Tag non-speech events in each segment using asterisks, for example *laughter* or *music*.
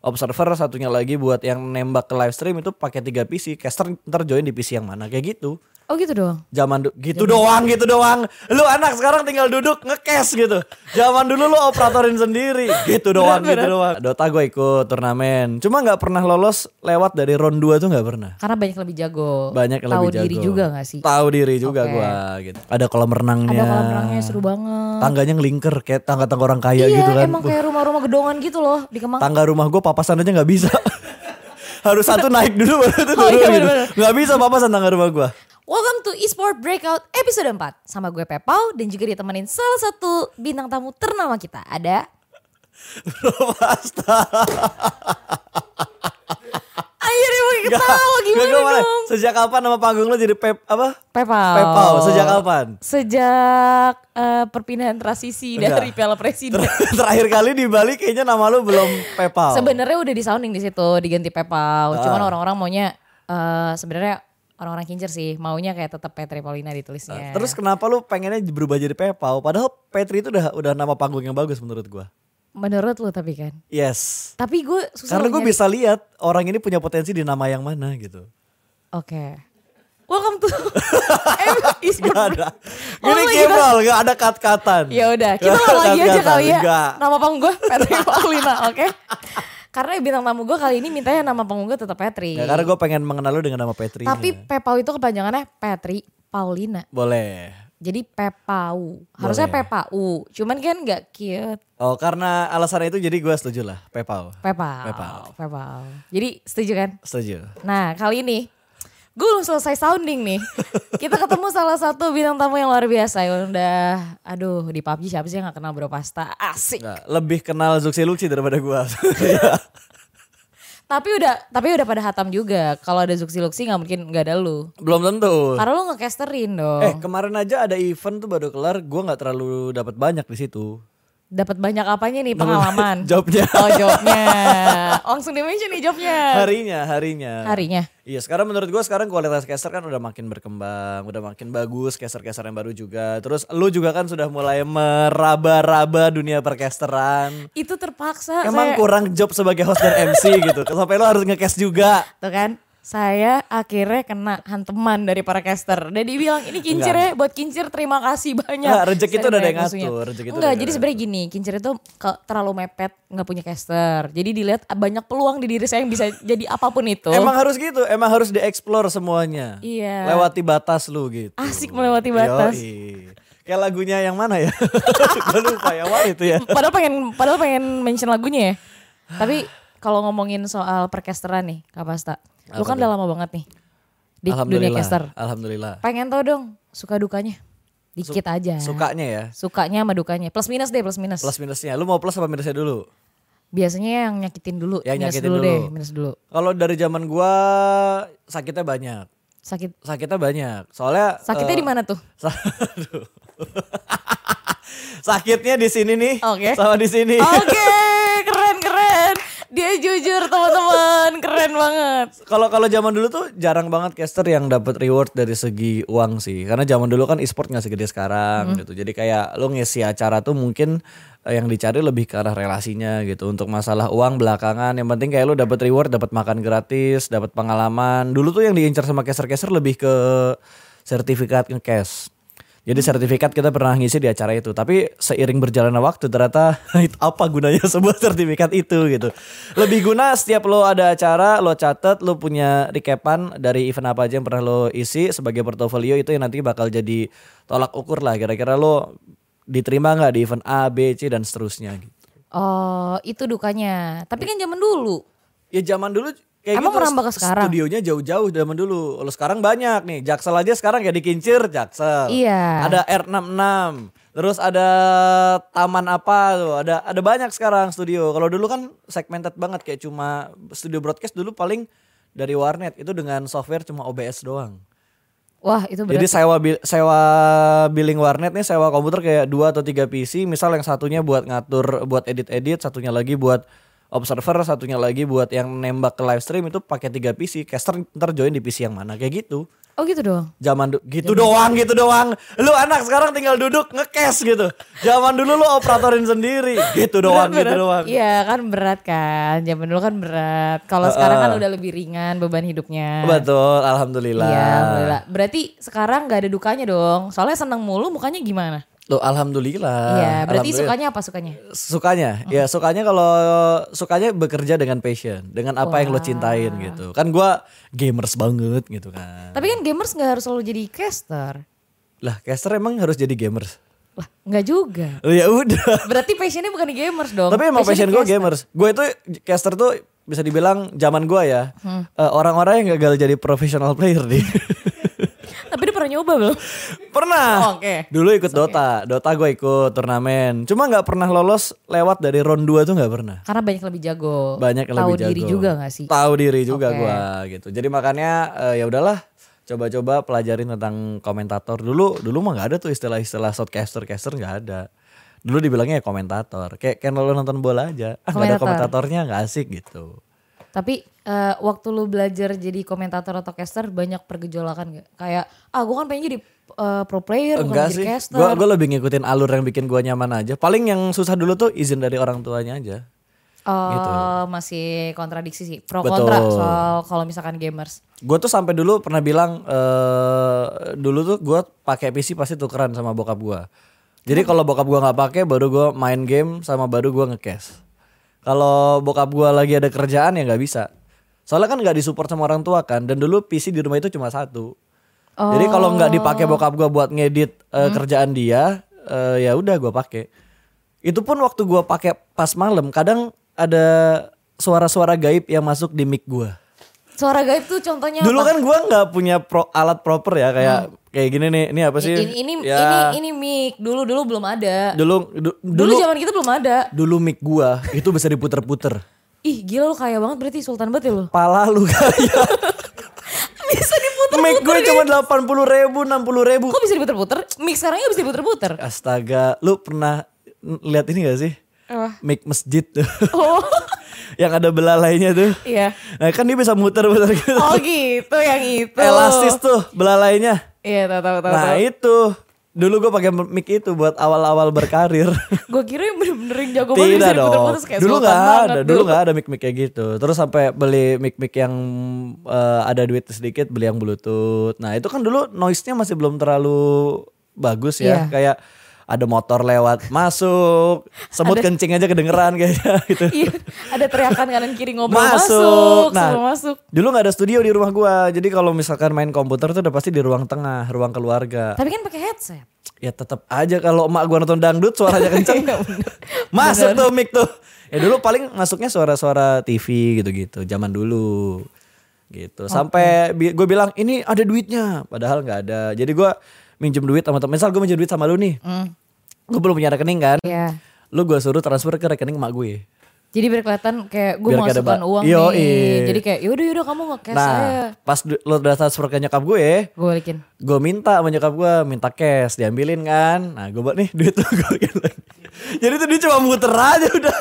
observer satunya lagi buat yang nembak ke live stream itu pakai tiga PC caster ntar join di PC yang mana kayak gitu Oh gitu doang. zaman du- gitu doang gitu doang lu anak sekarang tinggal duduk ngekes gitu zaman dulu lu operatorin sendiri gitu doang gitu doang Dota gue ikut turnamen cuma nggak pernah lolos lewat dari round 2 tuh nggak pernah Karena banyak lebih jago. banyak yang Tahu lebih jago diri juga gak sih? tahu diri juga Oke. gua gitu ada kolam renangnya Ada kolam renangnya seru banget. tangganya ngelingker kayak tangga-tangga orang kaya iya gitu kan emang kayak rumah-rumah gedongan gitu loh di Kemang. tangga rumah gue papasan aja nggak *laughs* bisa harus satu naik dulu baru itu Oh, turun iya, gitu bener-bener. nggak bisa papasan tangga rumah gue Welcome to Esport Breakout episode 4 sama gue Pepau dan juga ditemenin salah satu bintang tamu ternama kita ada pasta akhirnya mau ketawa gimana dong sejak kapan nama panggung lo jadi pep apa Pepau. Pepau, sejak kapan? Sejak eh, perpindahan transisi Enggak. dari Piala Presiden. Ter- *laughs* terakhir kali di Bali kayaknya nama lo belum pepal Sebenarnya udah di sounding di situ diganti Ah. Pepau. Cuman orang-orang maunya eh, sebenarnya orang-orang kincir sih maunya kayak tetap Petri Paulina ditulisnya. terus kenapa lo pengennya berubah jadi pepal padahal Petri itu udah udah nama panggung yang bagus menurut gue menurut lu tapi kan. yes Tapi gue susah karena loh gue nyari- bisa lihat orang ini punya potensi di nama yang mana *laughs* gitu Oke. Welcome to *laughs* Em, Esport Gak ada. Oh Ini my kebal, gak ada kat-katan. Ya *laughs* udah, kita ulang lagi aja Kat-katan, kali ya. enggak. Nama panggung gue Petri Paulina, *laughs* oke? Karena bintang tamu gue kali ini mintanya nama panggung gue tetap Petri. Ya, karena gue pengen mengenal lu dengan nama Petri. Tapi Pepau itu kepanjangannya Petri Paulina. Boleh. Jadi Pepau. Harusnya Boleh. Pepau. Cuman kan nggak cute. Oh karena alasan itu jadi gue setuju lah, Pepau. Pepau. Pepau. Pepau. Jadi setuju kan? Setuju. Nah kali ini gue belum selesai sounding *laughs* nih. Kita ketemu salah satu bintang tamu yang luar biasa. Yang udah aduh di PUBG siapa sih yang gak kenal bro pasta. Asik. Nggak, lebih kenal Zuxi Luxi daripada gue. Tapi udah tapi udah pada hatam juga. Kalau ada Zuxi Luxi gak mungkin gak ada lu. *laughs* Belum tentu. Karena lu ngecasterin dong. Eh kemarin aja ada event tuh baru kelar, gue nggak terlalu dapat banyak di situ. Dapat banyak apanya nih pengalaman? *laughs* Jobnya. Oh jobnya. Langsung di mention nih jobnya. Harinya, harinya. Harinya. Iya sekarang menurut gue sekarang kualitas caster kan udah makin berkembang, udah makin bagus caster-caster yang baru juga. Terus lu juga kan sudah mulai meraba-raba dunia percasteran. Itu terpaksa Emang saya. kurang job sebagai host dan MC gitu. Sampai lu harus nge-cast juga. Tuh kan. Saya akhirnya kena hanteman dari para caster. Dan dibilang ini kincir ya, buat kincir terima kasih banyak. Enggak, rezeki itu udah Saya ada yang banyak musuhnya. ngatur, rezeki itu udah Enggak, ada jadi yang sebenarnya gini, kincir itu ke- terlalu mepet, nggak punya caster. Jadi dilihat banyak peluang di diri saya yang bisa *laughs* jadi apapun itu. Emang harus gitu, emang harus dieksplor semuanya. Iya. Lewati batas lu gitu. Asik melewati batas. Yoi. Kayak lagunya yang mana ya? *laughs* Gue lupa ya, wah itu ya. padahal pengen padahal pengen mention lagunya ya. Tapi kalau ngomongin soal percasteran nih, Kak Pasta. Lu kan udah lama banget nih di dunia caster. Alhamdulillah. Pengen tau dong suka dukanya. Dikit aja. Sukanya ya. Sukanya sama dukanya. Plus minus deh, plus minus. Plus minusnya. Lu mau plus apa minusnya dulu? Biasanya yang nyakitin dulu, Yang minus nyakitin dulu, dulu. deh, minus dulu. Kalau dari zaman gua sakitnya banyak. Sakit Sakitnya banyak. Soalnya sakitnya eh, di mana tuh? sa- *laughs* aduh. Sakitnya di sini nih. Oke. Oh, Sama di sini. Oke, keren-keren. Dia jujur, teman-teman. Keren banget. Kalau kalau zaman dulu tuh jarang banget caster yang dapat reward dari segi uang sih. Karena zaman dulu kan e-sport nggak segede sekarang gitu. Jadi kayak lo ngisi acara tuh mungkin eh, yang dicari lebih ke arah relasinya gitu. Untuk masalah uang belakangan yang penting kayak lo dapat reward, dapat makan gratis, dapat pengalaman. Dulu tuh yang diincar sama caster-caster lebih ke sertifikat nge-cash. Jadi sertifikat kita pernah ngisi di acara itu, tapi seiring berjalannya waktu ternyata *laughs* itu apa gunanya *laughs* sebuah sertifikat itu gitu. Lebih guna setiap lo ada acara, lo catat, lo punya recapan dari event apa aja yang pernah lo isi sebagai portofolio itu yang nanti bakal jadi tolak ukur lah kira-kira lo diterima nggak di event A, B, C dan seterusnya gitu. Oh, itu dukanya. Tapi kan zaman dulu. Ya zaman dulu kayak Emang gitu, merambah ke sekarang? Studionya jauh-jauh zaman dulu. Lo sekarang banyak nih. Jaksel aja sekarang kayak dikincir Jaksel. Iya. Ada R66. Terus ada taman apa tuh? Ada ada banyak sekarang studio. Kalau dulu kan segmented banget kayak cuma studio broadcast dulu paling dari warnet itu dengan software cuma OBS doang. Wah, itu Jadi sewa bil- sewa billing warnet nih sewa komputer kayak dua atau tiga PC, misal yang satunya buat ngatur buat edit-edit, satunya lagi buat observer, satunya lagi buat yang nembak ke live stream itu pakai tiga PC, caster ntar join di PC yang mana kayak gitu. Oh Oh gitu dong. Zaman du- gitu doang, gitu doang. Lu anak sekarang tinggal duduk ngekes gitu. Zaman dulu lu operatorin sendiri, gitu doang, gitu doang. Iya kan berat kan. Zaman dulu kan berat. Kalau Eh. sekarang kan udah lebih ringan beban hidupnya. Betul, Iya, alhamdulillah. alhamdulillah. Berarti sekarang nggak ada dukanya dong. Soalnya seneng mulu mukanya gimana? Loh, alhamdulillah. Iya, berarti Eh, Oh. Alhamdulillah. sukanya apa sukanya? sukanya ya sukanya kalau sukanya bekerja dengan passion dengan apa yang lo cintain gitu kan gua gamers banget gitu kan Tapi kan gamers nggak harus selalu jadi caster. lah caster emang harus jadi gamers Lah, nggak juga. Oh, ya udah Berarti passionnya bukan di gamers dong. tapi emang passion gue caster. gamers gue itu caster tuh bisa dibilang zaman gua ya Hmm. eh, orang-orang yang gagal jadi professional player *laughs* nih Tapi dia pernah nyoba belum? pernah Oh, oke. dulu ikut Dota Dota gue ikut turnamen cuma nggak pernah lolos lewat dari round 2 tuh nggak pernah Karena banyak lebih jago. banyak yang Oh, Tahu lebih jago. diri juga gak sih? Tahu diri juga Oke. gua gitu. Jadi makanya eh, ya udahlah coba-coba pelajarin tentang komentator dulu dulu mah nggak ada tuh istilah-istilah shotcaster caster nggak ada dulu dibilangnya ya komentator kayak kan lo nonton bola aja ah, nggak ada Komentator. komentatornya nggak asik gitu Tapi eh, waktu lu belajar jadi komentator atau caster banyak pergejolakan gak? Kayak ah gue kan pengen jadi eh, pro player bukan enggak jadi sih caster. gua gua lebih ngikutin alur yang bikin gua nyaman aja paling yang susah dulu tuh izin dari orang tuanya aja Eh, masih kontradiksi sih pro Gitu. Betul. kontra soal kalau misalkan gamers. Gue tuh sampai dulu pernah bilang eh dulu tuh gue pakai PC pasti tukeran sama bokap gua. Jadi kalau bokap gua nggak pakai baru gua main game sama baru gua ngecash. Kalau bokap gua lagi ada kerjaan ya nggak bisa. Soalnya kan nggak disupport sama orang tua kan dan dulu PC di rumah itu cuma satu. Jadi kalau nggak dipakai bokap gua buat ngedit eh, kerjaan dia eh, ya udah gua pakai. Itu pun waktu gua pakai pas malam kadang ada suara-suara gaib yang masuk di mic gua. Suara gaib tuh contohnya Dulu apa? Hmm. kan gua nggak punya pro, alat proper ya kayak kayak gini nih. Ini apa sih? ini ini ya, ini ini mic dulu dulu belum ada. dulu du- dulu Dulu, zaman kita belum ada. dulu mic gua itu bisa diputer-puter. Ih gila lu kaya banget berarti sultan banget ya *laughs* lu. Pala lu kaya. bisa diputer. mic gua cuma 80 ribu, 60 ribu. Kok bisa diputer-puter? Mic sekarang ya bisa diputer-puter. Astaga, lu pernah lihat ini gak sih? Apa? Mic masjid tuh. *laughs* Oh. yang ada belalainya tuh. Iya. Nah, kan dia bisa muter-muter gitu. Oh gitu yang itu. Elastis tuh belalainya. Iya tahu tahu tahu. Nah, itu. Dulu gua pakai mic itu buat awal-awal berkarir. *laughs* Gue kira yang bener-bener yang jago banget Tidak bisa dong. diputer-puter terus kayak Dulu sultan nggak banget ada, dulu nggak ada mic-mic kayak gitu. Terus sampai beli mic-mic yang eh, ada duit sedikit, beli yang bluetooth. Nah itu kan dulu noise-nya masih belum terlalu bagus ya. Iya. Kayak ada motor lewat masuk, semut kencing aja kedengeran kayaknya *laughs* gitu. Iya, ada teriakan kanan kiri ngobrol Masuk. masuk, Nah. semua masuk. Dulu nggak ada studio di rumah gua. Jadi kalau misalkan main komputer tuh udah pasti di ruang tengah, ruang keluarga. Tapi kan pakai headset. Ya tetap aja kalau emak gua nonton dangdut suaranya *laughs* Iya, kenceng. Masuk tuh mic tuh. Ya dulu paling masuknya suara-suara TV gitu-gitu zaman dulu. Gitu. Sampai bi- gue bilang ini ada duitnya, padahal nggak ada. Jadi gua minjem duit sama temen. Misal gue minjem duit sama lu nih. Gue belum punya rekening kan? Iya. Lu gue suruh transfer ke rekening emak gue. Jadi biar kelihatan kayak gue Biar mau kayak ada masukkan ba- uang Yoi. nih. Jadi kayak "Ya yaudah yaudah kamu nge-cash nah, saya. pas du- lu udah transfer ke nyokap gue, Gue balikin. gue minta sama nyokap gue minta cash diambilin kan nah gue buat nih *laughs* duit lu gue balikin lagi jadi tuh dia cuma muter aja udah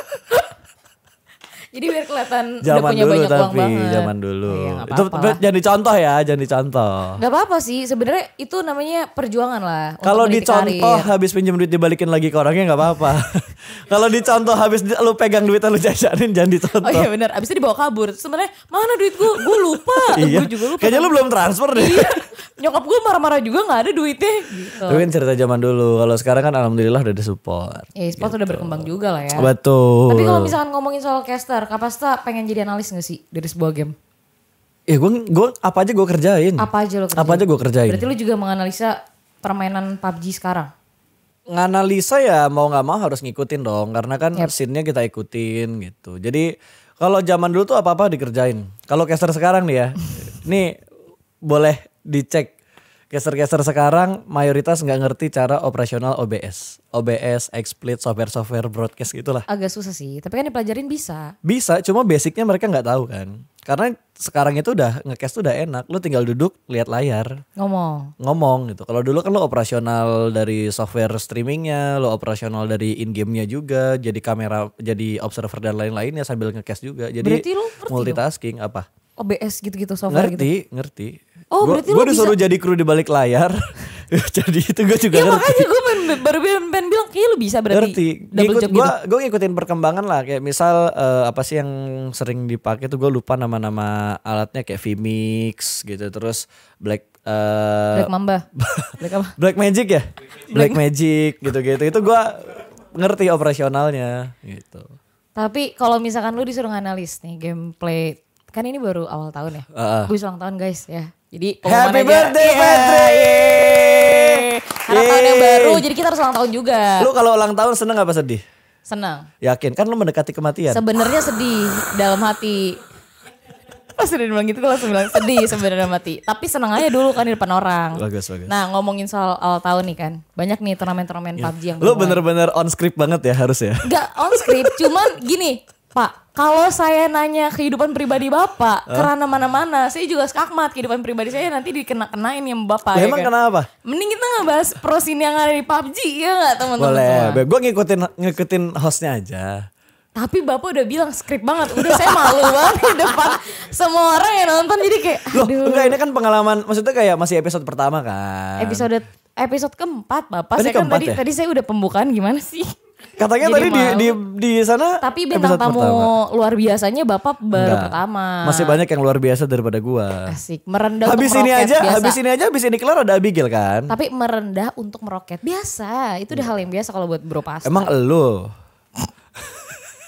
Jadi biar kelihatan udah zaman punya dulu banyak uang tapi banget. zaman dulu Iya, nggak itu apa-apa lah. jangan dicontoh ya jangan dicontoh Gak apa-apa sih sebenarnya itu namanya perjuangan lah. untuk kalau meniti dicontoh karir. habis pinjam duit dibalikin lagi ke orangnya nggak apa-apa *laughs* kalau dicontoh habis di- lu pegang duit lu jajanin jangan Oh dicontoh iya benar, abis itu dibawa kabur. Terus Sebenarnya mana duit gue? Gue lupa. *laughs* iya Gue Oh, juga lupa. Iya. kayaknya lu belum transfer deh Nyokap gue marah-marah juga nggak ada duitnya. Gitu. tapi kan cerita zaman dulu kalau sekarang kan alhamdulillah udah disupport Ya, e-sport udah berkembang juga lah ya. Gitu. betul Tapi kalau misalkan ngomongin soal caster, Kapasta pengen jadi analis gak sih dari sebuah game? eh gue gue apa aja gue kerjain Apa aja lo kerjain? apa aja gue kerjain Berarti lo juga menganalisa permainan PUBG sekarang? nganalisa ya mau nggak mau harus ngikutin dong karena kan scene-nya kita ikutin gitu. Jadi kalau zaman dulu tuh apa-apa dikerjain. Kalau caster sekarang nih ya. nih boleh dicek caster-caster sekarang mayoritas nggak ngerti cara operasional OBS. OBS, XSplit, software-software broadcast gitulah. Agak susah sih, tapi kan dipelajarin bisa. Bisa, cuma basicnya mereka nggak tahu kan. Karena sekarang itu udah ngecast tuh udah enak. Lu tinggal duduk, lihat layar Ngomong. ngomong gitu. Kalau dulu kan lo operasional dari software streamingnya, lo operasional dari in gamenya juga, jadi kamera, jadi observer dan lain-lainnya sambil ngecast juga. Jadi Berarti lo ngerti dong? multitasking apa? OBS "Oh, gitu-gitu software gitu. Ngerti, ngerti. Oh Gua- berarti gua lu bisa. disuruh jadi kru di balik layar. *laughs* jadi itu gue juga Iya ngerti. makanya gue ben- baru ben- ben bilang kayaknya lu bisa berarti. ngerti. Double Ngikut, job gua, gitu. gua ngikutin perkembangan lah. Kayak misal eh, apa sih yang sering dipakai tuh gue lupa nama-nama alatnya kayak Vmix gitu. Terus Black eh, *laughs* Black Mamba. Black apa? Black Magic ya, Black Magic gitu-gitu. Itu gua ngerti operasionalnya gitu. Tapi kalau misalkan lu disuruh analis nih gameplay. Kan ini baru awal tahun ya. Heeh. Gue ulang tahun guys ya. Jadi pengumuman Happy aja. birthday Iya. Patrick. Karena tahun yang Yeay. baru jadi kita harus ulang tahun juga. Lu kalau ulang tahun seneng apa sedih? Senang. Yakin kan lu mendekati kematian. Sebenarnya sedih dalam hati. Pas udah bilang gitu gue langsung bilang sedih sebenarnya dalam hati. Tapi senang aja dulu kan di depan orang. Bagus, bagus. Nah ngomongin soal awal tahun nih kan. Banyak nih turnamen-turnamen PUBG yang lu dimulai. bener-bener on script banget ya harus ya. Gak on script, cuman gini. Pak, kalau saya nanya kehidupan pribadi Bapak, karena mana-mana, saya juga skakmat kehidupan pribadi saya nanti dikena-kenain yang Bapak. Lah, ya emang kan? kenapa? Mending kita nggak bahas prosin yang ada di PUBG ya nggak teman-teman semua? Boleh. Be- Gua ngikutin ngikutin hostnya aja. Tapi Bapak udah bilang skrip banget, udah saya malu *laughs* banget di depan semua orang yang nonton jadi kayak Loh, aduh. enggak ini kan pengalaman maksudnya kayak masih episode pertama kan. Episode episode keempat Bapak, Tadi saya kan keempat tadi ya? tadi saya udah pembukaan gimana *laughs* sih? Katanya Jadi tadi di, malu. di di sana Tapi bintang episode tamu pertama. luar biasanya Bapak baru Enggak. pertama. Nah, Masih banyak yang luar biasa daripada gua. Asik, merendah habis untuk ini meroket aja, biasa. habis ini aja, habis ini kelar ada Abigail kan? Tapi merendah untuk meroket biasa. Itu udah Iya. hal yang biasa kalau buat bro pas. Emang elu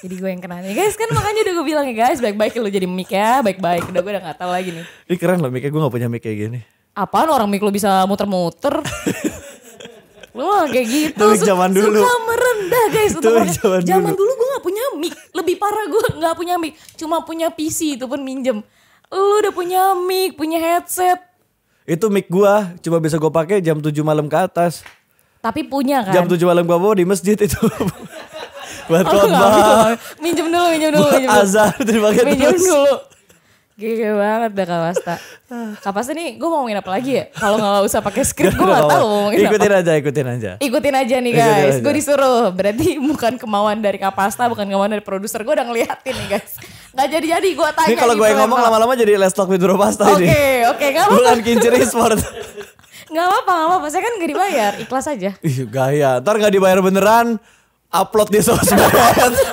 Jadi gue yang kena nih. Guys, kan makanya udah gue bilang ya guys, baik-baik lu jadi mic ya, baik-baik. Udah gue udah gak tahu lagi nih. Ini keren loh mic gue gak punya mic kayak gini. Apaan orang mic lu bisa muter-muter? *laughs* lu mah kayak gitu. Itu mic su- zaman dulu. Suka merendah guys. untuk Itu mic orang- zaman dulu. dulu gue gak punya mic. Lebih parah gue gak punya mic. Cuma punya PC itu pun minjem. Lu udah punya mic, punya headset. Itu mic gua cuma bisa gue pakai jam 7 malam ke atas. Tapi punya kan? Jam 7 malam gue bawa di masjid itu. *laughs* Buat Oh, lu nggak *laughs* khotbah. punya. Minjem dulu, minjem dulu. Buat Minjem dulu. azan dipakai Minjem terus. dulu. Gege banget dah Kak Wasta. Ah. Kak Wasta nih gue mau ngomongin apa lagi ya? Kalau gak usah pakai skrip gue gak tau mau ngomongin apa. *laughs* Ikutin aja, ikutin aja. Ikutin aja nih Ikutin guys, aja. gue disuruh. Berarti *laughs* bukan kemauan dari Kapasta, bukan kemauan dari produser. Gue udah ngeliatin nih guys. Gak jadi-jadi gue tanya. Ini kalau nih gue yang bro, ngomong emang. lama-lama jadi Let's Talk with Robasta Oke, ini. oke. *laughs* Gak apa-apa, Bukan kincir *laughs* sport. gak apa-apa, gak apa-apa. Saya kan gak dibayar, ikhlas aja. *laughs* Ih gaya, ntar gak dibayar beneran, upload di *laughs* sosmed.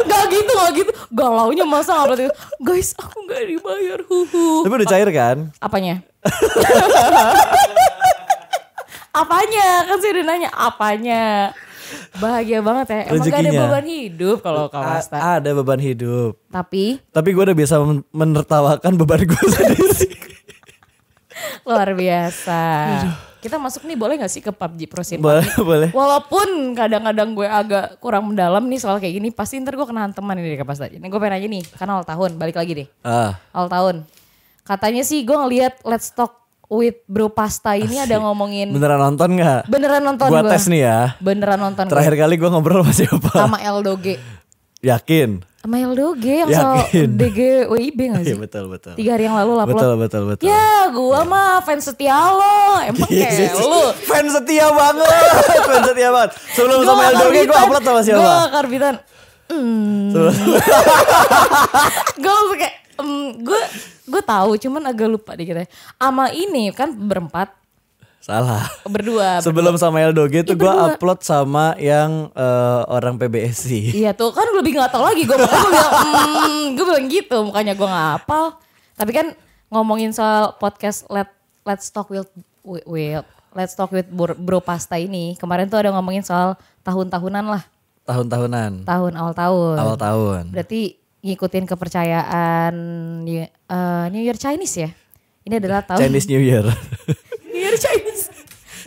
Gak gitu, gak gitu. Galaunya masa gak berarti. Guys, aku gak dibayar. Huhu. Tapi udah cair kan? Apanya? *laughs* apanya? Kan saya udah nanya apanya. Bahagia banget ya. Emang gak ada Rezekinya. ah. beban hidup kalau Kak A- Wasta. ada beban hidup. Tapi Tapi gue udah bisa men- menertawakan beban gue *laughs* sendiri. Luar biasa. Kita masuk nih boleh gak sih ke PUBG Prosin? boleh, boleh. Walaupun kadang-kadang gue agak kurang mendalam nih soal kayak gini, pasti ntar gue kena teman ini dari kapas tadi. Nah, gue pengen aja nih, karena awal tahun, balik lagi deh. Ah, Awal tahun. Katanya sih gue ngeliat Let's Talk with Bro Pasta ini ada ngomongin beneran nonton nggak? beneran nonton Gua gue. tes nih ya. Beneran nonton Terakhir kali gue ngobrol sama siapa? gue. Sama Eldoge. Yakin? Sama Eldoge yang soal Yakin. DGWIB gak Iya sih? betul betul. Tiga hari yang lalu lah Betul betul betul. Ya gua mah fans setia lo. Emang Iya, sih. kayak lu. Fans setia banget, fans setia banget. Sebelum sama gak Eldoge gue karbitan. upload sama Gue siapa? gak karbitan. *laughs* gue langsung kayak, mm, gue gue tahu cuman agak lupa dikit ya. Ama ini kan berempat, Salah. berdua. Sebelum sama Eldoge tuh Iya, gue berdua. upload sama yang eh, orang PBSI. Iya tuh kan gue lebih gak tau lagi gue makanya gue bilang mm, gue bilang gitu mukanya gue gak hafal. Tapi kan ngomongin soal podcast Let Let's Talk with with- with Let's Talk with Bro Bro Pasta ini kemarin tuh ada ngomongin soal tahun-tahunan lah Tahun-tahunan, tahun awal tahun. awal tahun. Hmm. Berarti ngikutin kepercayaan New, eh, New Year Chinese ya? Ini adalah *laughs* tahun *laughs* Chinese New Year. New Year Chinese.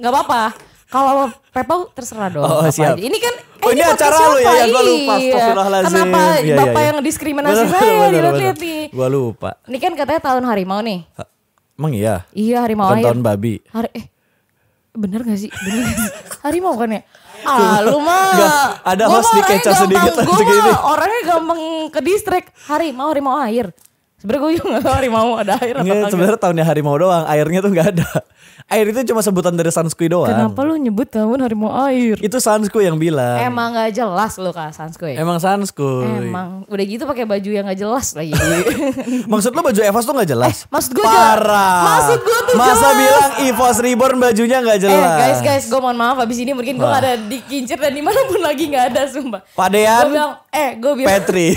Gak apa-apa. Kalau Pepau terserah dong. Oh, apa siap. aja. Ini kan Oh, ini podcast acara lu ya? siapa? Ya, gua lupa. Iya. Astagfirullahalazim. Kenapa Iya, Bapak iya, iya. yang diskriminasi Bener, saya bener, dilihat-lihat bener. nih? Gua lupa. Ini kan katanya tahun harimau nih. Ha, Emang iya? Iya harimau Bukan air. tahun babi. Hari, eh bener gak sih? Bener gak *laughs* sih? harimau kan ya? Ah lu mah. Nggak, ada Gua host mah di-capture orangnya sedikit gampang- aja Gua gini. mah orangnya gampang ke distrik. Harimau, harimau air. Sebenernya gue juga gak tau harimau ada air atau Nggak, kagak. sebenarnya tahunnya harimau doang, airnya tuh nggak ada. *laughs* Air itu cuma sebutan dari Sansku doang. Kenapa lu nyebut tahun harimau air? Itu Sansku yang bilang. Emang gak jelas lu Kak Sanskoy. Iya. Emang Sansku. Emang udah gitu pakai baju yang gak jelas lagi. *laughs* Gitu Maksud lo baju Evos tuh gak jelas? Eh, maksud gua jelas. Parah. Maksud gua tuh Masa jelas. bilang Evos Reborn bajunya gak *laughs* eh jelas? guys guys, gue mohon maaf abis ini mungkin gue gak ada di kincir dan dimanapun lagi gak ada sumpah. Padean? Gue bilang, eh gue bilang, *laughs* Petri.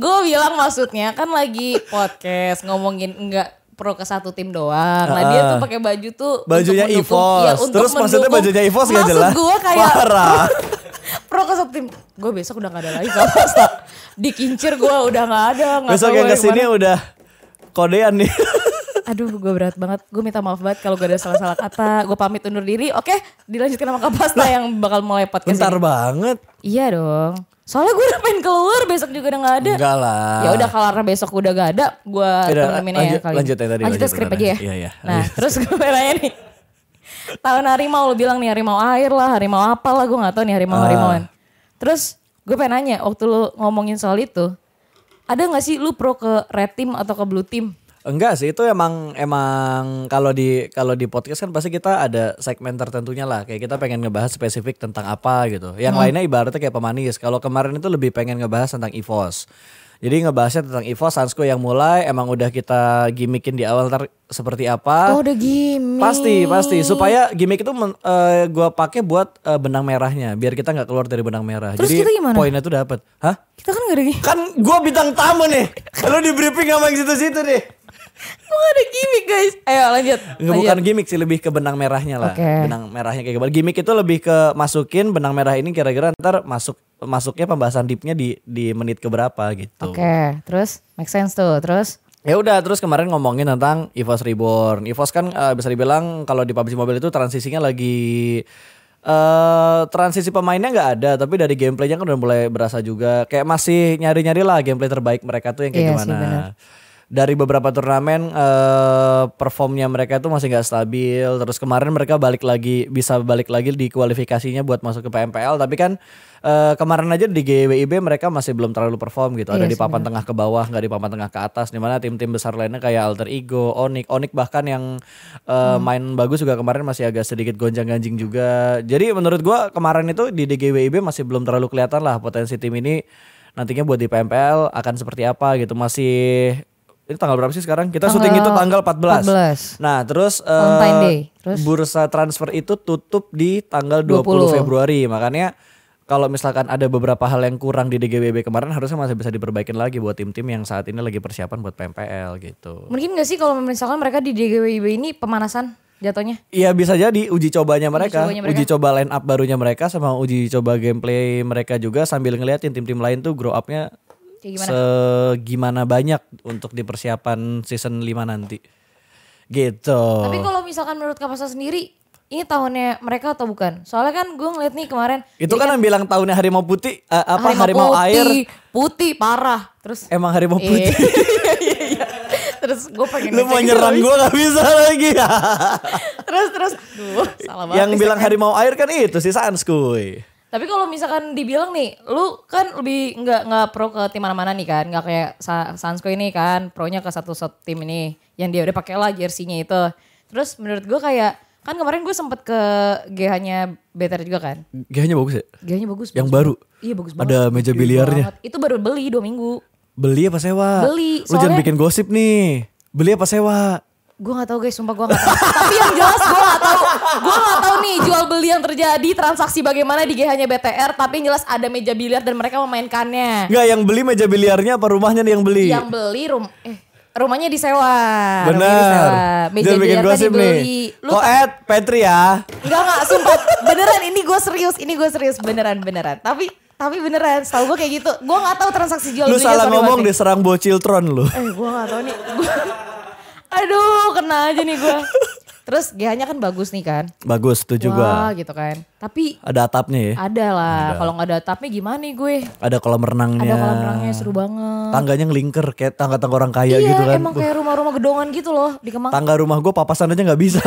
gue bilang maksudnya kan lagi podcast ngomongin enggak pro ke satu tim doang. Nah dia tuh pakai baju tuh untuk Bajunya mendukung- Evos. iya, untuk Terus maksudnya mendukung. bajunya Evos gak jelas? Maksud gue kayak Parah. *laughs* pro ke satu tim. Gue besok udah gak ada lagi kalau pasta. Dikincir gue udah gak ada. Gak Besok tahu yang gua kesini kemana. udah kodean nih. Aduh gue berat banget. Gue minta maaf banget kalau gak ada salah-salah kata. Gue pamit undur diri. Oke dilanjutkan sama Kak Pasta yang bakal mulai podcast Nah. Bentar ini. banget. Iya dong. Soalnya gue udah pengen keluar besok juga udah gak ada. Enggak lah. Ya udah karena besok udah gak ada, gue Yaudah, temenin aja lanjut- kali. lanjut yang tadi, Lanjutnya lanjut skrip yang aja ya. tadi. Iya, iya. Nah, Lanjut. terus gue nanya nih. Tahun harimau lu bilang nih harimau air lah, harimau apa lah, gue gak tahu nih Ah. harimau harimauan. Terus gue pengen nanya, waktu lu ngomongin soal itu, ada gak sih lu pro ke red team atau ke blue team? Enggak sih itu emang emang kalau di kalau di podcast kan pasti kita ada segmen tertentunya lah kayak kita pengen ngebahas spesifik tentang apa gitu. Yang Hmm. lainnya ibaratnya kayak pemanis. Kalau kemarin itu lebih pengen ngebahas tentang EVOS. Jadi ngebahasnya tentang EVOS Sansko yang mulai emang udah kita gimmickin di awal ntar seperti apa. oh udah gimmick. Pasti pasti supaya gimmick itu men- eh, gua pakai buat eh, benang merahnya biar kita nggak keluar dari benang merah. Terus Jadi kita gimana? poinnya tuh dapat. Hah? Kita kan gak ada gimmick. *laughs* Kan gua bintang tamu nih. Kalau di briefing sama yang situ-situ nih. Gue gak ada gimmick guys. Ayo lanjut. Nggak, bukan gimmick sih lebih ke benang merahnya lah. Oke. Benang merahnya kayak gimana? Gimmick itu lebih ke masukin benang merah ini kira-kira ntar masuk masuknya pembahasan deepnya di di menit keberapa gitu. Oke, terus make sense tuh. Terus Ya udah terus kemarin ngomongin tentang EVOS Reborn. EVOS kan eh, bisa dibilang kalau di PUBG Mobile itu transisinya lagi eh transisi pemainnya nggak ada tapi dari gameplaynya kan udah mulai berasa juga kayak masih nyari-nyari lah gameplay terbaik mereka tuh yang kayak Iya sih, gimana. benar. Dari beberapa turnamen eh performnya mereka itu masih nggak stabil. Terus kemarin mereka balik lagi bisa balik lagi di kualifikasinya buat masuk ke PMPL tapi kan eh, kemarin aja di GWIB mereka masih belum terlalu perform gitu. Ada di Iya sih, papan tengah ke bawah nggak di papan tengah ke atas dimana tim-tim besar lainnya kayak alter ego onik onik bahkan yang Hmm. eh, main bagus juga kemarin masih agak sedikit gonjang ganjing juga jadi menurut gua kemarin itu di DGWIB masih belum terlalu kelihatan lah potensi tim ini nantinya buat di PMPL akan seperti apa gitu masih ini tanggal berapa sih sekarang kita syuting itu tanggal 14. 14. nah terus eh, Valentine Day. Terus? bursa transfer itu tutup di tanggal 20, 20. Februari makanya kalau misalkan ada beberapa hal yang kurang di DGWB kemarin harusnya masih bisa diperbaikin lagi buat tim-tim yang saat ini lagi persiapan buat PMPL gitu. mungkin gak sih kalau misalkan mereka di DGWIB ini pemanasan jatuhnya? Iya bisa jadi uji cobanya mereka, cobanya mereka. uji coba line up barunya mereka sama uji coba gameplay mereka juga sambil ngeliatin tim-tim lain tuh grow upnya Kayak gimana? segimana banyak untuk di persiapan season 5 nanti. Gitu. Tapi kalau misalkan menurut Kapasa sendiri, ini tahunnya mereka atau bukan? Soalnya kan gue ngeliat nih kemarin Itu kan yang bilang tahunnya harimau putih eh, apa harimau, air putih, putih parah. Terus emang harimau *laughs* putih. *laughs* Iya, iya, iya. Terus gue pengen Lu ngecek mau itu nyerang habis. gue gak bisa lagi. *laughs* Terus terus Duh, salah banget. yang nih bilang segmen. harimau air kan itu si Sanskuy. Tapi kalau misalkan dibilang nih, lu kan lebih nggak nggak pro ke tim mana-mana nih kan, nggak kayak Sa- Sansko ini kan, pro-nya ke satu satu tim ini, yang dia udah pakai lah jersinya itu. Terus menurut gue kayak kan kemarin gue sempet ke GH-nya Better juga kan, Gayanya bagus ya? GH-nya bagus. Yang bagus. baru? Iya bagus banget. Ada meja biliarnya. banget. Itu baru beli dua minggu. Beli apa sewa? Lu Beli, jangan soalnya- bikin gosip nih. Beli apa sewa? Gue gak tahu guys, sumpah gue gak tahu. Tapi yang jelas gue gak tahu. Gue gak tahu nih jual beli yang terjadi, transaksi bagaimana di GH-nya BTR. Tapi yang jelas ada meja biliar dan mereka memainkannya. Enggak, yang beli meja biliarnya apa rumahnya nih yang beli? Eh. Yang beli rum eh rumahnya disewa. Rumahnya Benar. disewa. Meja Jangan bikin biliar tadi gosip nih. Oh, eh. beli. Lu Koet, Petri ya. enggak enggak sumpah. Beneran ini gue serius, ini gue serius beneran beneran. Tapi tapi beneran, setahu gue kayak gitu. Gue gak tahu transaksi jual Lu belinya salah sampai ngomong mana. diserang bocil tron lu. *laughs* Eh gue gak tau nih Gua- *laughs* Aduh kena aja nih gue Terus GH-nya kan bagus nih kan Bagus, setuju Wah gua. gitu kan Tapi Ada atapnya ya. ada lah Kalau gak ada tapnya gimana nih gue Ada kolam renangnya. Ada kolam renangnya seru banget Tangganya ngelingker kayak tangga-tangga orang kaya Iya gitu kan. emang kayak rumah-rumah gedongan gitu loh Di Kemang tangga rumah gue papasan aja nggak *laughs* bisa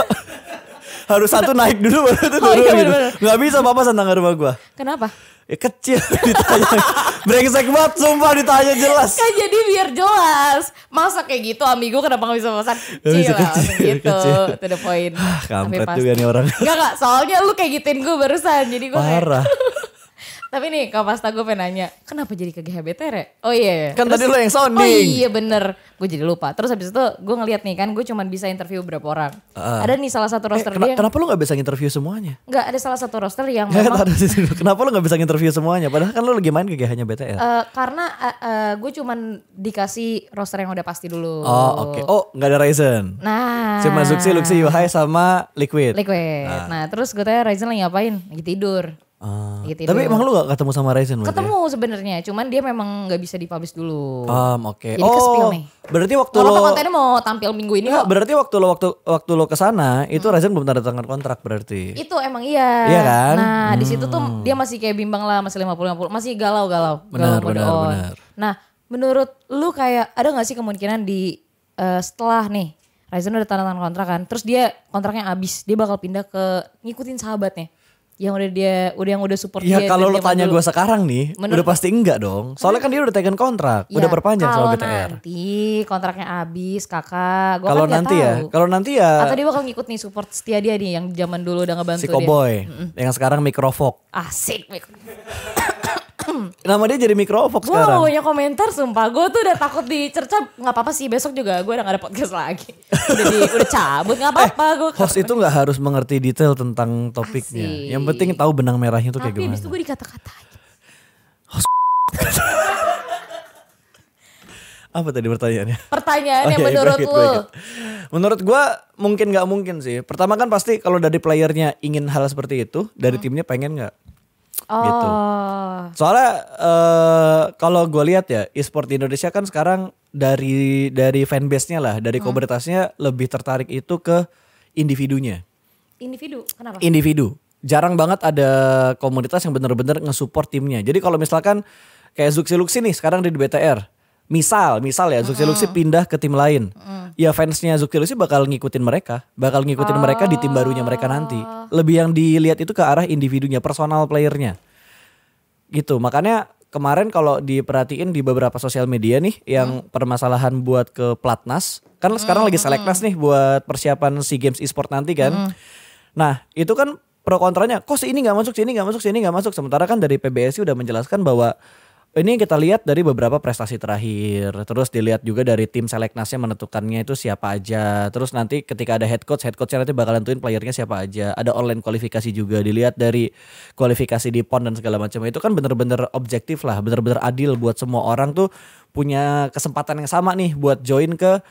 harus satu naik dulu baru itu Oh, turun iya, gitu bener-bener. nggak bisa papasan tangga rumah gue Kenapa? ya kecil *laughs* ditanya Brengsek banget sumpah ditanya jelas. Kan jadi biar jelas. Masa kayak gitu amigo kenapa gak bisa pesan kecil bisa lah. kecil, langsung gitu. kecil. Ah, To the point. kampret juga nih orang. Enggak enggak soalnya lu kayak gituin gue barusan. Jadi gue kayak. Parah. *laughs* Tapi nih Kak Pasta gue pengen nanya. Kenapa jadi ke GHBT Re? Oh iya. iya. Kan tadi lu yang sounding. Oh iya bener. Gue jadi lupa. Terus habis itu gue ngeliat nih kan gue cuman bisa interview berapa orang. Ada nih salah satu Eh, roster kena- dia. yang- kenapa lu gak bisa nginterview semuanya? Enggak ada salah satu roster yang Nggak, memang taruh di situ. kenapa lu gak bisa nginterview semuanya? Padahal kan lu lagi main ke GH-nya BTR. Eh, karena eh, eh, gue cuman dikasih roster yang udah pasti dulu. oh oke. Oh gak ada Ryzen. Nah. Cuma Zuxi, Luxi, Yuhai sama Liquid. Liquid. Nah terus gue tanya Ryzen lagi ngapain? Lagi tidur. Ah. Lagi tidur. Tapi emang lu gak ketemu sama Ryzen? berarti ya? Ketemu sebenarnya. Cuman dia memang gak bisa dipublish dulu. Um, oke. Jadi ke spill nih. berarti waktu Kalau lo Iya. kontennya mau tampil minggu ini Enggak, kok. Hmm. berarti waktu lo waktu waktu lo ke sana itu Ryzen belum tanda tangan kontrak berarti. Itu emang iya. Iya kan? Hmm. Nah di situ tuh dia masih kayak bimbang lah. Masih 50-50. Masih galau-galau. Benar, galau mode benar, on. benar. Nah menurut lu kayak ada gak sih kemungkinan di eh, setelah nih. Ryzen udah tanda tangan kontrak kan. Terus dia kontraknya habis. Dia bakal pindah ke ngikutin sahabatnya. Yang udah dia udah yang udah support Ya Iya, dia. kalau dari lo zaman tanya dulu. gue sekarang nih, Menurut- udah pasti enggak dong. Soalnya kan dia udah taken kontrak, Ya, udah perpanjang sama Kalau BTR. nanti kontraknya habis kakak, gue Kalau kan nggak nanti ya, tahu. kalau nanti ya Atau dia bakal ngikut nih support setia dia nih yang zaman dulu udah si ngebantu dia. Cowboy yang sekarang Microfox. Asik. Mik. Nama dia jadi Microfox Gue gak sekarang. punya komentar sumpah. Gue tuh udah takut dicerca. Gak apa-apa sih besok juga gue udah gak ada podcast lagi. Udah, di- udah cabut gak apa-apa. Gue Eh, Host itu nggak harus mengerti detail tentang topiknya. Asik. Yang penting tahu benang merahnya tuh kayak Tapi gimana. abis itu gue dikata-katain. Apa tadi pertanyaannya? Oke, Pertanyaannya Kan menurut gue inget, lu. gue inget. Menurut gue mungkin nggak mungkin sih. Pertama kan pasti kalau dari playernya ingin hal seperti itu, dari Hmm. timnya pengen nggak? Oh. Gitu. Soalnya eh, kalau gue lihat ya, e-sport di Indonesia kan sekarang dari dari fanbase-nya lah, dari Hmm. komunitasnya lebih tertarik itu ke individunya, Individu. Kenapa? individu. Jarang banget ada komunitas yang bener-bener nge-support timnya. Jadi kalau misalkan kayak Zuxi Luxi nih sekarang dia di BTR. Misal, misal ya Zuxi Luxi pindah ke tim lain. Ya fansnya Zuxi Luxi bakal ngikutin mereka, bakal ngikutin mereka di tim barunya mereka nanti. Lebih yang dilihat itu ke arah individunya, personal playernya gitu makanya kemarin kalau diperhatiin di beberapa sosial media nih yang permasalahan buat ke platnas kan sekarang lagi seleknas nih buat persiapan sea games e-sport nanti kan nah itu kan pro kontranya kok si ini nggak masuk sini nggak masuk sini nggak masuk sementara kan dari PBSI udah menjelaskan bahwa ini kita lihat dari beberapa prestasi terakhir, terus dilihat juga dari tim seleknasnya menentukannya itu siapa aja. Terus nanti ketika ada head coach, head coachnya nanti bakal nentuin playernya siapa aja. Ada online kualifikasi juga dilihat dari kualifikasi di pon dan segala macam. Itu kan bener-bener objektif lah, bener-bener adil buat semua orang tuh punya kesempatan yang sama nih buat join ke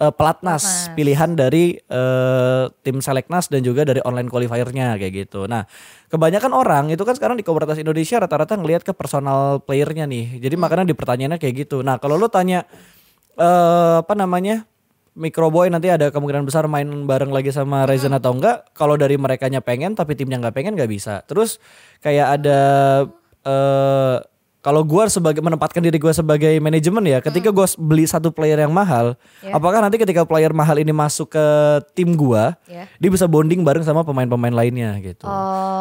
eh, pelatnas pilihan dari eh, tim seleknas dan juga dari online qualifier-nya kayak gitu. Nah, kebanyakan orang itu kan sekarang di komunitas Indonesia rata-rata ngelihat ke personal player-nya nih. Jadi makanya dipertanyaannya kayak gitu. Nah, kalau lu tanya eh apa namanya? Microboy nanti ada kemungkinan besar main bareng lagi sama Ryzen atau enggak? Kalau dari merekanya pengen tapi timnya nggak pengen nggak bisa. Terus kayak ada eh kalau gue sebagai menempatkan diri gue sebagai manajemen ya, ketika gue beli satu player yang mahal, apakah nanti ketika player mahal ini masuk ke tim gue, Ya. dia bisa bonding bareng sama pemain-pemain lainnya gitu.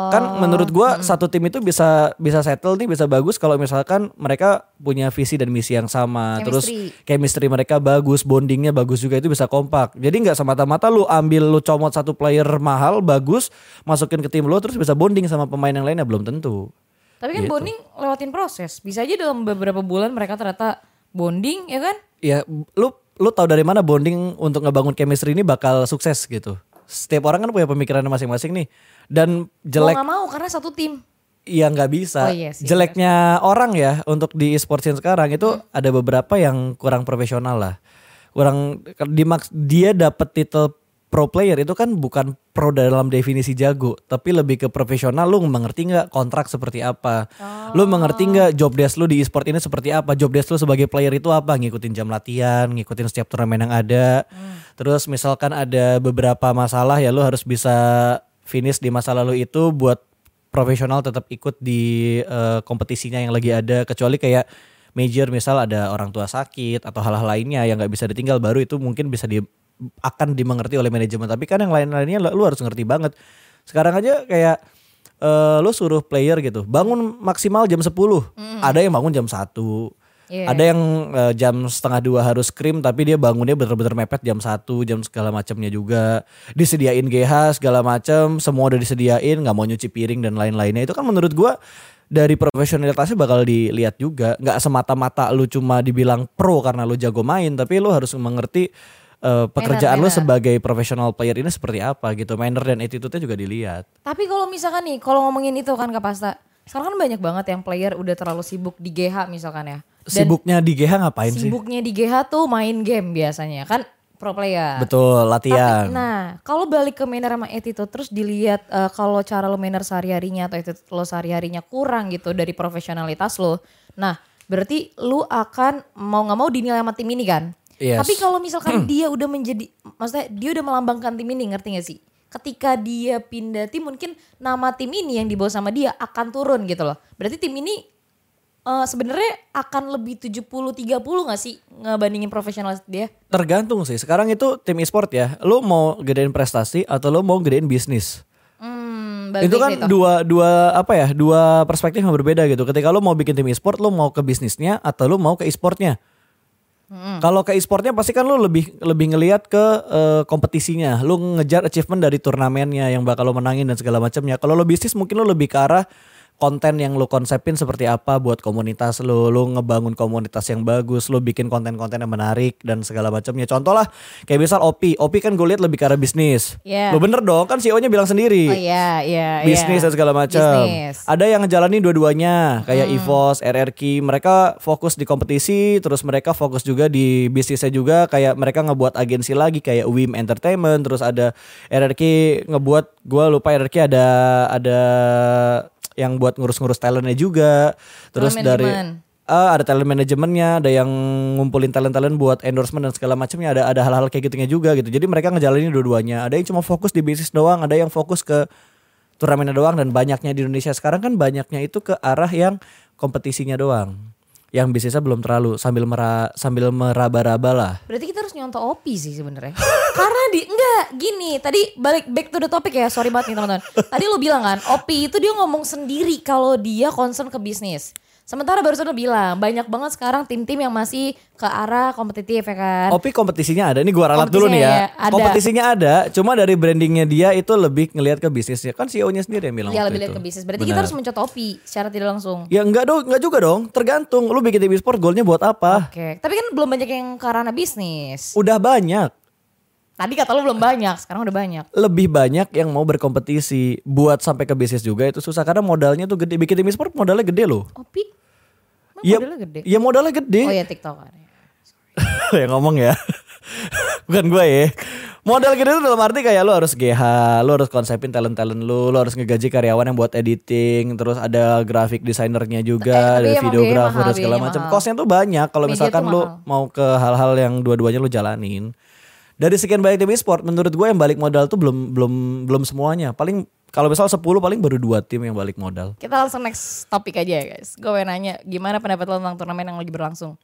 Kan menurut gue satu tim itu bisa bisa settle nih bisa bagus kalau misalkan mereka punya visi dan misi yang sama, Chemistry. terus chemistry mereka bagus, bondingnya bagus juga itu bisa kompak. Jadi nggak semata-mata lu ambil lu comot satu player mahal bagus, masukin ke tim lu terus bisa bonding sama pemain yang lainnya belum tentu. Tapi Gitu. kan bonding lewatin proses. Bisa aja dalam beberapa bulan mereka ternyata bonding ya kan? ya lu lu tahu dari mana bonding untuk ngebangun chemistry ini bakal sukses gitu. Setiap orang kan punya pemikiran masing-masing nih dan Mau jelek gak mau karena satu tim. ya nggak bisa. Oh, iya sih, Hmm. Jeleknya orang ya untuk di e-sport scene sekarang itu ada beberapa yang kurang profesional lah. Kurang dimaks dia dapat titel pro player itu kan bukan pro dalam definisi jago, tapi lebih ke profesional lu mengerti nggak kontrak seperti apa. Lu mengerti Oh. nggak job desk lu di e-sport ini seperti apa? Job desk lu sebagai player itu apa? Ngikutin jam latihan, ngikutin setiap turnamen yang ada. Hmm. Terus misalkan ada beberapa masalah ya lu harus bisa finish di masa lalu itu buat profesional tetap ikut di eh, kompetisinya yang lagi ada kecuali kayak major misal ada orang tua sakit atau hal-hal lainnya yang nggak bisa ditinggal baru itu mungkin bisa di akan dimengerti oleh manajemen tapi kan yang lain-lainnya lu lu harus ngerti banget sekarang aja kayak eh, lo suruh player gitu bangun maksimal jam 10 ada yang bangun jam satu Iya. ada yang eh, jam setengah dua harus krim tapi dia bangunnya bener-bener mepet jam satu jam segala macamnya juga disediain GH segala macam semua udah disediain nggak mau nyuci piring dan lain-lainnya itu kan menurut gua dari profesionalitasnya bakal dilihat juga nggak semata-mata lu cuma dibilang pro karena lu jago main tapi lu harus mengerti eh, pekerjaan lu Manner-manner. sebagai professional player ini seperti apa gitu manner dan attitude-nya juga dilihat Tapi kalau misalkan nih, kalau ngomongin itu kan Kak Pasta, sekarang kan banyak banget yang player udah terlalu sibuk di GH misalkan ya. Dan sibuknya di GH ngapain sih sibuknya di GH tuh main game biasanya kan pro player. betul latihan Tapi, nah, kalau balik ke manner sama attitude terus dilihat eh, kalau cara lo manner sehari-harinya atau attitude lo sehari-harinya kurang gitu dari profesionalitas lo. Nah, berarti lu akan mau nggak mau dinilai sama tim ini kan? Yes. Hmm. Tapi kalau misalkan dia udah menjadi maksudnya dia udah melambangkan tim ini ngerti gak sih? Ketika dia pindah tim mungkin nama tim ini yang dibawa sama dia akan turun gitu loh. Berarti tim ini eh, sebenarnya akan lebih 70 30 gak sih ngebandingin profesional dia? Tergantung sih. Sekarang itu tim e-sport ya. Lu mau gedein prestasi atau lu mau gedein bisnis? Hmm, balik Itu kan gitu. dua dua apa ya? Dua perspektif yang berbeda gitu. Ketika lu mau bikin tim e-sport, lu mau ke bisnisnya atau lu mau ke e-sportnya? Hmm. Kalau ke e-sportnya pasti kan lu lebih lebih ngelihat ke eh, kompetisinya, lu ngejar achievement dari turnamennya yang bakal lu menangin dan segala macamnya. Kalau lu bisnis mungkin lu lebih ke arah konten yang lu konsepin seperti apa buat komunitas lu, lu ngebangun komunitas yang bagus, lu bikin konten-konten yang menarik dan segala macamnya. Contoh lah kayak misal OP, OP kan gue lihat lebih ke arah bisnis. Lu Iya. bener dong kan CEO-nya bilang sendiri Oh iya, iya, iya. bisnis dan segala macam. Ah. Bisnis. Hmm. Ada yang ngejalanin dua-duanya, kayak EVOS, RRQ, mereka fokus di kompetisi, terus mereka fokus juga di bisnisnya juga, kayak mereka ngebuat agensi lagi kayak WIM Entertainment, terus ada RRQ ngebuat gua lupa RRQ ada ada yang buat ngurus-ngurus talentnya juga. Terus Talent dari management. Eh, ada talent manajemennya, ada yang ngumpulin talent talent buat endorsement dan segala macamnya, ada ada hal-hal kayak gitunya juga gitu. Jadi mereka ngejalanin dua-duanya. Ada yang cuma fokus di bisnis doang, ada yang fokus ke turnamennya doang dan banyaknya di Indonesia sekarang kan banyaknya itu ke arah yang kompetisinya doang. Yang bisnisnya belum terlalu sambil mera, sambil meraba-raba lah. Berarti kita harus nyontoh opi sih sebenarnya. *laughs* Karena di enggak gini, tadi balik back to the topic ya, sorry banget nih *laughs* teman-teman. Tadi lu bilang kan, opi itu dia ngomong sendiri kalau dia concern ke bisnis. Sementara barusan lu bilang banyak banget sekarang tim-tim yang masih ke arah kompetitif ya kan. Opi kompetisinya ada. Ini gua ralat dulu nih ya. Kompetisinya ya, ada. Kompetisinya ada, cuma dari brandingnya dia itu lebih ngelihat ke bisnisnya. Kan CEO-nya sendiri yang bilang waktu Dia Iya, lebih lihat itu. ke bisnis. Berarti kita Benar. harus mencontoh opi secara tidak langsung. Ya enggak dong, enggak juga dong. Tergantung lu bikin tim e-sport goalnya buat apa. Oke, tapi kan belum banyak yang ke arah bisnis. Udah banyak. Tadi kata lu belum banyak, sekarang udah banyak. Lebih banyak yang mau berkompetisi buat sampai ke bisnis juga itu susah karena modalnya tuh gede. Bikin tim e-sport modalnya gede loh. Opi? Emang Ya- modelnya Oh, gede. Ya modalnya gede. Oh ya TikTok kan. *laughs* yang ngomong ya bukan gue ya modal gede itu dalam arti kayak lo harus GH lo harus konsepin talent talent lo lo harus ngegaji karyawan yang buat editing terus ada grafik desainernya Eh, juga tapi ada emang videografer biayanya dan segala mahal, macam biayanya costnya tuh banyak kalau Media misalkan tuh lo mau ke hal-hal yang dua-duanya lo jalanin dari sekian banyak tim e-sport menurut gue yang balik modal tuh belum belum belum semuanya paling kalau misal 10 paling baru dua tim yang balik modal Kita langsung next topik aja ya guys. Gue pengen nanya gimana pendapat lo tentang turnamen yang lagi berlangsung?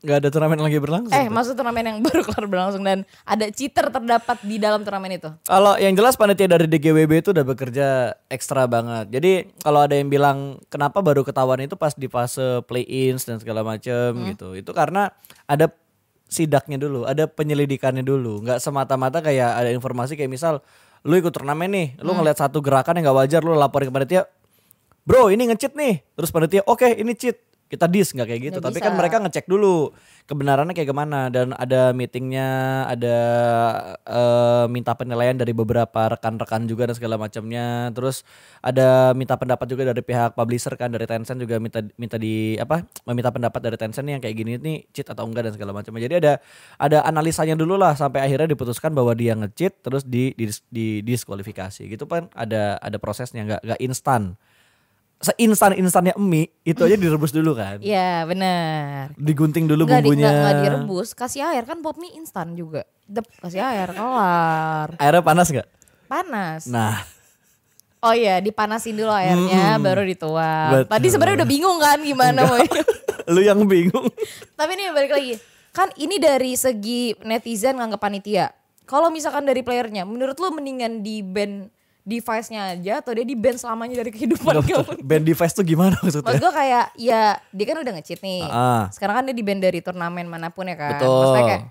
nggak ada turnamen lagi berlangsung Eh maksud turnamen yang *laughs* baru kelar berlangsung dan ada cheater terdapat di dalam turnamen itu. Kalau yang jelas panitia dari DGWB itu udah bekerja ekstra banget. Jadi kalau ada yang bilang kenapa baru ketahuan itu pas di fase play-ins dan segala macem gitu. Itu karena ada sidaknya dulu, ada penyelidikannya dulu. Nggak semata-mata kayak ada informasi kayak misal lu ikut turnamen nih, lu ngeliat satu gerakan yang nggak wajar, lu laporin ke panitia, bro ini nge-cheat nih. Terus panitia, oke ini cheat, kita dis nggak kayak gitu. Tapi kan mereka ngecek dulu kebenarannya kayak gimana dan ada meetingnya ada eh, minta penilaian dari beberapa rekan-rekan juga dan segala macamnya terus ada minta pendapat juga dari pihak publisher kan dari Tencent juga minta minta di apa meminta pendapat dari Tencent nih yang kayak gini nih cheat atau enggak dan segala macamnya jadi ada ada analisanya dulu lah sampai akhirnya diputuskan bahwa dia nge-cheat terus di, di, di diskualifikasi gitu kan ada ada prosesnya nggak nggak instan seinstan instannya mie itu aja direbus dulu kan Iya benar. digunting dulu Nggak di, bumbunya nggak- nggak direbus, kasih air kan pop mie instan juga. Dep, kasih air, kelar. airnya panas nggak Panas. nah Oh iya, dipanasin dulu airnya baru dituang. Tadi Betul. sebenarnya udah bingung kan gimana mau. *laughs* lu yang bingung Tapi ini balik lagi. Kan ini dari segi netizen nganggap panitia. Kalau misalkan dari playernya, menurut lu mendingan di band device-nya aja atau dia di ban selamanya dari kehidupan kamu? Band device tuh gimana Maksud maksudnya? gue kayak ya dia kan udah nge-cheat nih. Ah. Sekarang kan dia di band dari turnamen manapun ya kan. Betul. Maksudnya kayak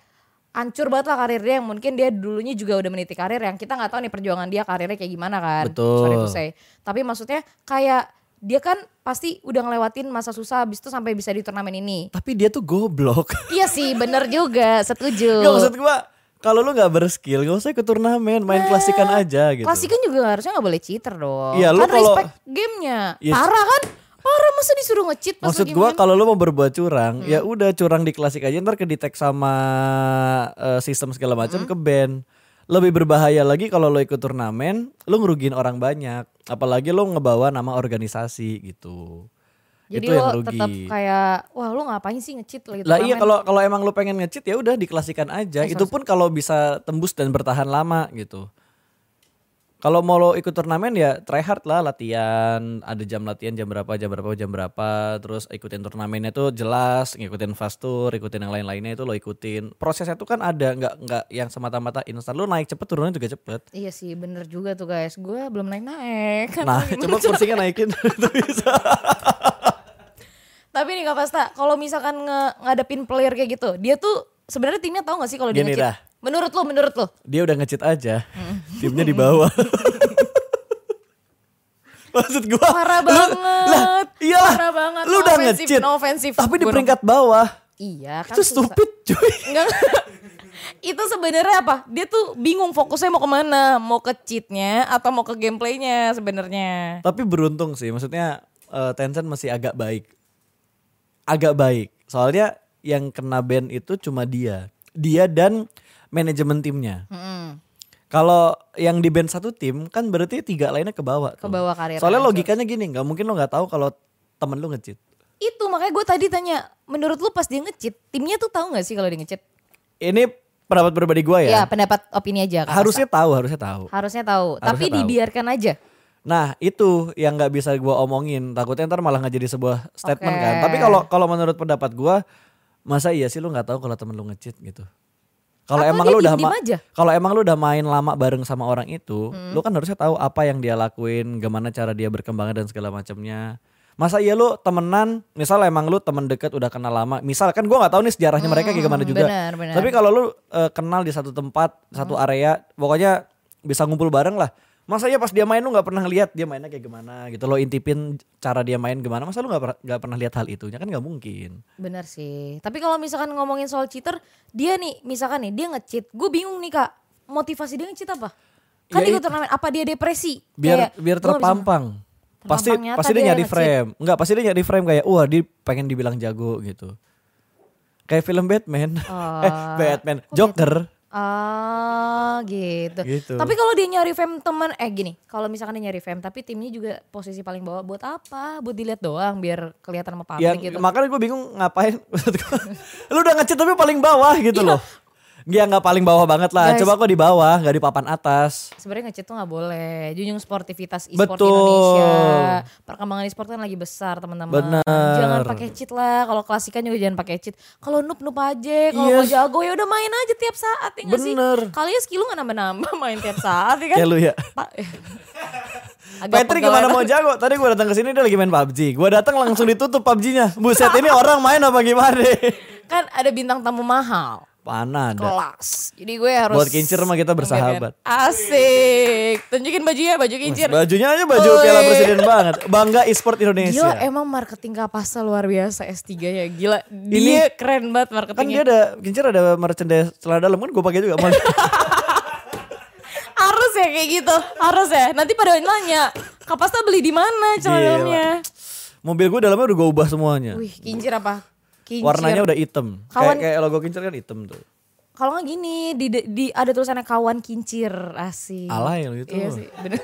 hancur banget lah karir dia yang mungkin dia dulunya juga udah meniti karir yang kita nggak tahu nih perjuangan dia karirnya kayak gimana kan. Betul. Sorry to say. Tapi maksudnya kayak dia kan pasti udah ngelewatin masa susah habis itu sampai bisa di turnamen ini. Tapi dia tuh goblok. iya sih bener juga setuju. Gak maksud gua kalau lu nggak berskill gak usah ikut turnamen, main klasikan aja gitu. Nah, Klasik kan juga harusnya nggak boleh cheater dong. Iya, lu kan kalau- respect gamenya. Iya. Parah kan? Parah masa disuruh nge-cheat pas Maksud lagi gua main? kalau lu mau berbuat curang, ya Hmm. udah curang di klasik aja ntar kedetek sama eh, sistem segala macam Hmm. ke band. Lebih berbahaya lagi kalau lo ikut turnamen, lo ngerugiin orang banyak, apalagi lo ngebawa nama organisasi gitu. Jadi Itu lo yang rugi. tetap kayak wah lo ngapain sih nge-cheat lagi Lah iya turnamen? kalau kalau emang lu pengen nge-cheat ya udah diklasikan aja. itu pun kalau bisa tembus dan bertahan lama gitu. Kalau mau lo ikut turnamen ya try hard lah latihan, ada jam latihan jam berapa, jam berapa, jam berapa, terus ikutin turnamennya tuh jelas, ngikutin fast tour, ikutin yang lain-lainnya itu lo ikutin. Prosesnya tuh kan ada, nggak nggak yang semata-mata instan. Lo naik cepet turunnya juga cepet. Iya sih bener juga tuh guys Gue belum naik-naik Nah, coba kursinya naikin *laughs* itu bisa. *laughs* Tapi nih Kak Pasta Kalau misalkan nge- ngadepin player kayak gitu Dia tuh sebenarnya timnya tahu gak sih kalau dia Gini dah. nge-cheat? Menurut lo, menurut lo dia udah ngecit aja Hmm. timnya di *laughs* bawah maksud gua Parah lu- banget. lah, iyalah Parah banget. lu No udah offensive, ngecit no offensive. tapi di Gua no- peringkat bawah Iya kan itu susah. stupid cuy *laughs* Enggak. itu sebenarnya apa? Dia tuh bingung fokusnya mau kemana, mau ke cheatnya atau mau ke gameplaynya sebenarnya. tapi beruntung sih maksudnya eh, Tencent masih agak baik agak baik soalnya yang kena ban itu cuma dia dia dan manajemen timnya Mm-mm. Kalau yang di band satu tim kan berarti tiga lainnya ke bawah. tuh. Ke bawah karir Soalnya hancur. logikanya gini, nggak mungkin lo nggak tahu kalau temen lo ngecit. Itu makanya gue tadi tanya, menurut lu pas dia nge-cheat, timnya tuh tahu nggak sih kalau dia nge-cheat? Ini pendapat pribadi gue ya. Ya, pendapat opini aja Kak harusnya tahu, harusnya tahu. Pasta. harusnya tahu, Harusnya tapi tahu. dibiarkan aja. Nah itu yang nggak bisa gua omongin. Takutnya ntar malah nggak jadi sebuah statement Oke. kan. Tapi kalau kalau menurut pendapat gua, masa iya sih lu nggak tahu kalau temen lu ngecit gitu. Kalau Atau emang dia lu udah diem-diem ma- aja? kalau emang lu udah main lama bareng sama orang itu, Hmm. lu kan harusnya tahu apa yang dia lakuin, gimana cara dia berkembang dan segala macamnya. Masa iya lu temenan, misal emang lu temen deket udah kenal lama, misal kan gua nggak tahu nih sejarahnya mereka kayak gimana juga. Hmm, benar, benar. Hmm. Tapi kalau lu eh, kenal di satu tempat, satu area, pokoknya bisa ngumpul bareng lah. Masa iya pas dia main lu nggak pernah lihat dia mainnya kayak gimana gitu. Lo intipin cara dia main gimana. Masa lu nggak per- nggak pernah lihat hal itunya kan nggak mungkin. Bener sih. Tapi kalau misalkan ngomongin soal cheater, dia nih misalkan nih dia nge-cheat, gue bingung nih Kak, motivasi dia nge-cheat apa? Ya Kan dia ikut turnamen, apa dia depresi? Biar Kayak, biar gua nggak bisa- terpampang. Pasti Terpampang nyata pasti dia, dia nyari nge-cheat. frame. Enggak, pasti dia nyari frame kayak wah dia pengen dibilang jago gitu. Kayak film Batman. eh, Oh. *laughs* Batman, Joker. Ah gitu. Gitu. Tapi kalau dia nyari fame teman eh gini, kalau misalkan dia nyari fame tapi timnya juga posisi paling bawah buat apa? Buat dilihat doang biar kelihatan sama publik yang Ya, gitu. makanya gue bingung ngapain *laughs* Maksud gua, lu udah ngecit tapi paling bawah gitu loh dia nggak paling bawah banget lah Iya. Guys. coba kok di bawah nggak di papan atas Sebenarnya ngecit tuh nggak boleh. Junjung sportivitas e-sport Betul. Indonesia. Perkembangan e-sport kan lagi besar, teman-teman. Benar. Jangan pakai cheat lah. Kalau klasikan juga jangan pakai cheat. Kalau noob noob aja, kalau mau Yes. jago ya udah main aja tiap saat ya nggak sih? Bener. Kali ya skill lu nggak nambah-nambah main tiap saat ya kan? Kayak lu ya. Pa- Agak Patrick pegal gimana emang. mau jago tadi gue datang ke sini dia lagi main PUBG gue datang langsung ditutup PUBG-nya buset ini orang main apa gimana *laughs* *laughs* kan ada bintang tamu mahal panah ada kelas jadi gue harus Buat kincir mah kita bersahabat. asik tunjukin bajunya baju kincir bajunya aja baju Woi. piala presiden banget bangga e-sport gila Indonesia emang marketing kapasa luar biasa S3 ya gila dia Ini- keren banget kan marketingnya dia ada kincir ada merchandise celana dalam kan gue pakai *laughs* juga Mon. harus ya kayak gitu harus ya nanti pada nanya kapasa beli di mana celana Gila. dalamnya mobil gue dalamnya udah gue ubah semuanya wih kincir apa kincir warnanya udah hitam kayak Kawan- kayak logo kincir kan hitam tuh kalau nggak gini di, di ada tulisannya kawan kincir asik Alay lo gitu. iya sih bener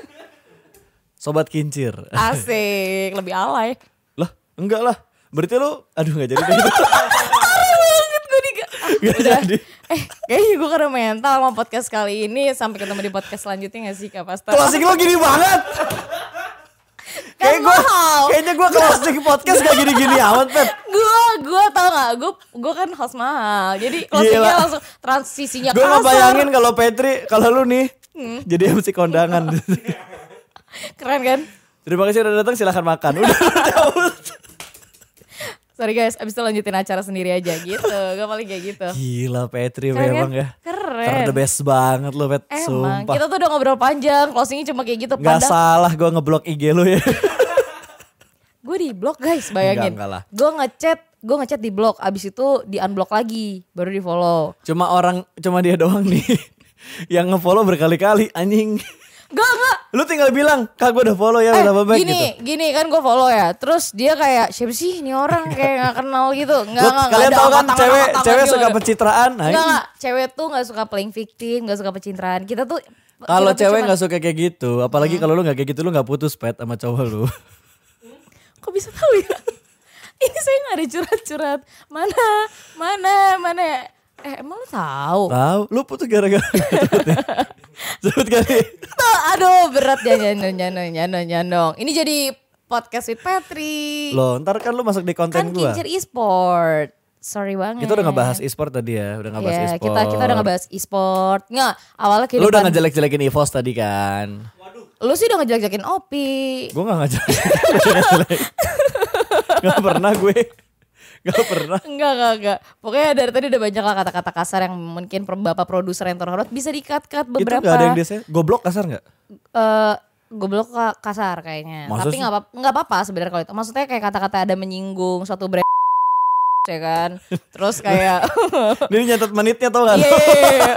Sobat kincir. *laughs* asik lebih alay Lah, enggak lah. Berarti lu aduh enggak jadi *laughs* deh. banget gue di Ah, Nggak jadi. Eh kayaknya gue kena mental sama podcast kali ini Sampai ketemu di podcast selanjutnya gak sih Kak Pasta? Klasik lu gini banget. Kayak gua, Kan mahal. kayaknya gua klasik podcast gak gini-gini amat, Pet. Gue, gue tau gak? Gue gue kan host mahal Jadi closingnya Gila. langsung transisinya Gue Ya kasar Hmm. *laughs* ngebayangin kalau Petri, kalau lu nih jadi MC kondangan. Keren kan? Terima kasih udah datang, silahkan makan. *laughs* Udah, cabut. Sorry guys, abis itu lanjutin acara sendiri aja gitu. Gue paling kayak gitu. Gila Petri Keren memang kan? ya. Keren. Ter the best banget lu Pet, Emang, sumpah. kita tuh udah ngobrol panjang, closingnya cuma kayak gitu. Gak Padahal salah gua ngeblok IG lu ya. *laughs* gue di blok guys, Enggak, bayangin. enggak lah. Gue ngechat, gue ngechat di blok, abis itu di unblock lagi, baru di follow. cuma orang, cuma dia doang nih. *laughs* yang ngefollow berkali-kali anjing. *laughs* Gak, gak. Lu tinggal bilang, kak gue udah follow ya, udah Eh, baik gini, gitu. gini kan gue follow ya. Terus dia kayak siapa sih ini orang kayak gak kenal *laughs* gitu. Enggak, Lu- kalian tau kan cewek cewek suka pencitraan. nah, Enggak, ini- enggak. gitu. Cewek tuh gak suka playing victim, gak suka pencitraan. Kita tuh Kalau kita tuh cewek cuman- nggak suka kayak gitu, apalagi kalau lu nggak kayak gitu lu nggak putus pet sama cowok *laughs* lu. Kok bisa tahu ya? *laughs* Ini saya gak ada curhat-curhat. Mana? Mana? Mana? ya? Eh emang lu tahu? Tahu? Lu putus gara-gara *laughs* ya? *laughs* sebut kali. Tuh, *laughs* aduh berat ya nyandong nyandong nyandong nyandong. Ini jadi podcast with Patri. Lo ntar kan lu masuk di konten kan gua. kincir e-sport. Sorry banget. Kita udah ngebahas e-sport tadi ya, udah ngebahas Iya, e-sport. kita kita udah ngebahas e-sport. Nggak, Lu awalnya udah kehidupan. Lu, ngejelek-jelekin EVOS tadi kan. sih udah ngejelek-jelekin *laughs* Opi. Gue gak *laughs* ngejelek-jelek. gak pernah gue. Gak pernah. Enggak, enggak, enggak. Pokoknya dari tadi udah banyak lah kata-kata kasar yang mungkin per- bapak produser yang terhormat bisa dikat-kat beberapa. Itu gak ada yang desa. Goblok kasar *laughs* gak? eh, goblok ka- kasar kayaknya. Masa Tapi sih? nggak apa nggak apa-apa sebenarnya kalau itu. Maksudnya kayak kata-kata ada menyinggung suatu brand *laughs* ya kan. Terus *laughs* kayak *laughs* Dia nyatet menitnya tau gak? Iya, iya, iya.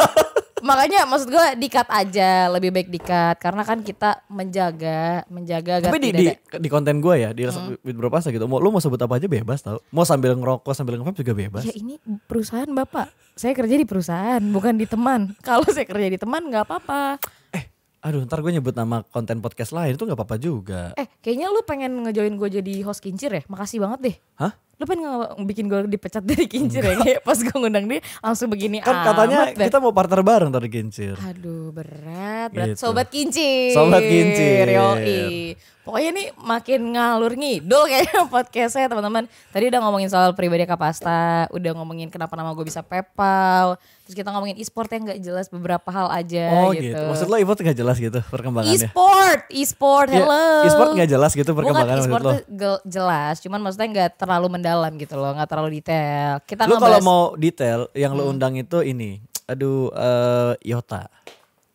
Makanya maksud gue dikat aja lebih baik dikat karena kan kita menjaga menjaga agar Tapi di, tidak di, ada- di konten gue ya, di hmm. with Bro Pasta gitu. Mau, lu mau sebut apa aja bebas tau. Mau sambil ngerokok, sambil ngevap juga bebas. Ya ini perusahaan bapak. Saya kerja di perusahaan bukan di teman. *laughs* Kalau saya kerja di teman nggak apa-apa. Eh, aduh ntar gue nyebut nama konten podcast lain itu gak apa-apa juga. Eh kayaknya lu pengen ngejoin gue jadi host kincir ya. Makasih banget deh. Hah? Lu pengen nge- bikin gue dipecat *laughs* dari kincir ya. Kayak pas gue ngundang dia langsung begini Kan amat katanya deh. kita mau partner bareng tadi Gincir. Aduh berat, Gitu. berat. Sobat kincir. Sobat Kincir. Yoi. Pokoknya nih makin ngalur ngidul kayaknya *laughs* podcastnya teman-teman. Tadi udah ngomongin soal pribadi Kapasta, udah ngomongin kenapa nama gue bisa PayPal. Terus kita ngomongin e-sport yang gak jelas beberapa hal aja Oh gitu. gitu. Maksud lo Ivo tuh gak jelas gitu perkembangannya. E-sport, e-sport, Iya, hello. e-sport nggak jelas gitu perkembangan Bukan e-sport menurut tuh gel- jelas, cuman maksudnya nggak terlalu mendalam gitu loh, nggak terlalu detail. Kita Lu kalau ngebahas- mau detail yang Hmm. lu undang itu ini. Aduh eh Yota.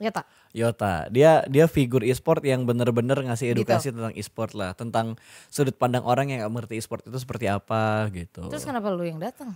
ya tak? Yota. Dia dia figur e-sport yang bener-bener ngasih Gitu. edukasi tentang e-sport lah, tentang sudut pandang orang yang gak mengerti e-sport itu seperti apa gitu. Terus kenapa lu yang datang?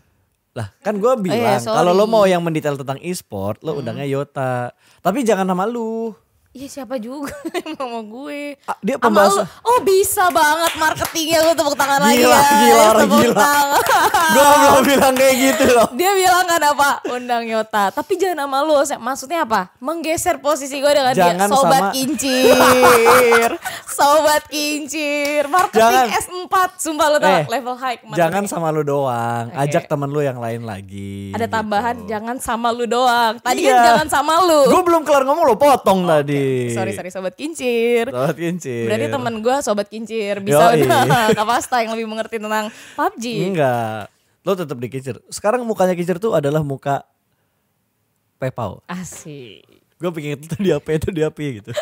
Lah, kan gue bilang iya, sorry. Hmm. kalau lo mau yang mendetail tentang e-sport, lo undangnya Yota. Tapi jangan nama *laughs* lu. Iya siapa juga *laughs* yang mau gue. Ah, dia Sama pembahasan- lu- Oh bisa banget marketingnya lu tepuk tangan lagi Gila, ya. gila, orang Tepuk gila. tangan. *laughs* gue belum bilang kayak gitu loh. Dia bilang kan apa undang Yota. Tapi jangan sama lu. Se- Maksudnya apa? Menggeser posisi gue dengan Jangan dia. Sobat sama- *laughs* kincir. Sobat kincir. Marketing Jangan. S4. Sumpah lu tau Eh, level high. kemarin. Jangan sama lu doang, Oke. ajak temen lu yang lain lagi. Ada tambahan jangan sama lu doang. Iya. Tadi kan jangan sama lu. Gue belum kelar ngomong lo potong tadi. Sorry sorry sobat kincir. Sobat kincir. Berarti teman gue sobat kincir bisa *laughs* Yoi. udah kapasta yang lebih mengerti tentang PUBG. Enggak. Lo tetap dikincir. Sekarang mukanya kincir tuh adalah muka Pepau. Asik. Gue pengen itu dia P itu dia P gitu. *laughs*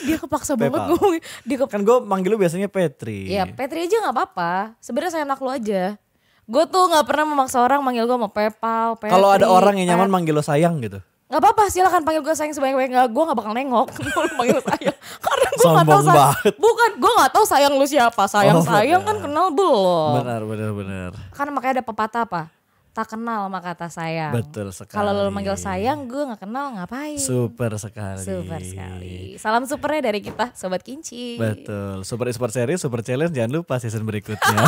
Dia kepaksa banget Paypal. ngomong. Dia ke... Kan gue manggil lu biasanya Petri. Ya Petri aja nggak apa-apa. Sebenarnya saya enak lu aja. Gue tuh nggak pernah memaksa orang manggil gue mau PayPal, Petri. Ah. Kalau ada orang yang nyaman manggil lo sayang gitu. Gak apa-apa silakan panggil gue sayang sebanyak-banyak Gue gak bakal nengok *laughs* Lu panggil sayang Karena gue gak tau Sombong sayang banget. Oh. Bukan gue gak tau sayang lu siapa Sayang-sayang kan kenal belum Benar benar benar. Karena Kan makanya ada pepatah apa? Tak kenal sama kata sayang. Betul sekali. Kalau lo manggil sayang, gue nggak kenal ngapain. Super sekali. Super sekali. Salam supernya dari kita, sobat kinci. *laughs* Betul. Super Esport Series, Super Challenge jangan lupa season berikutnya.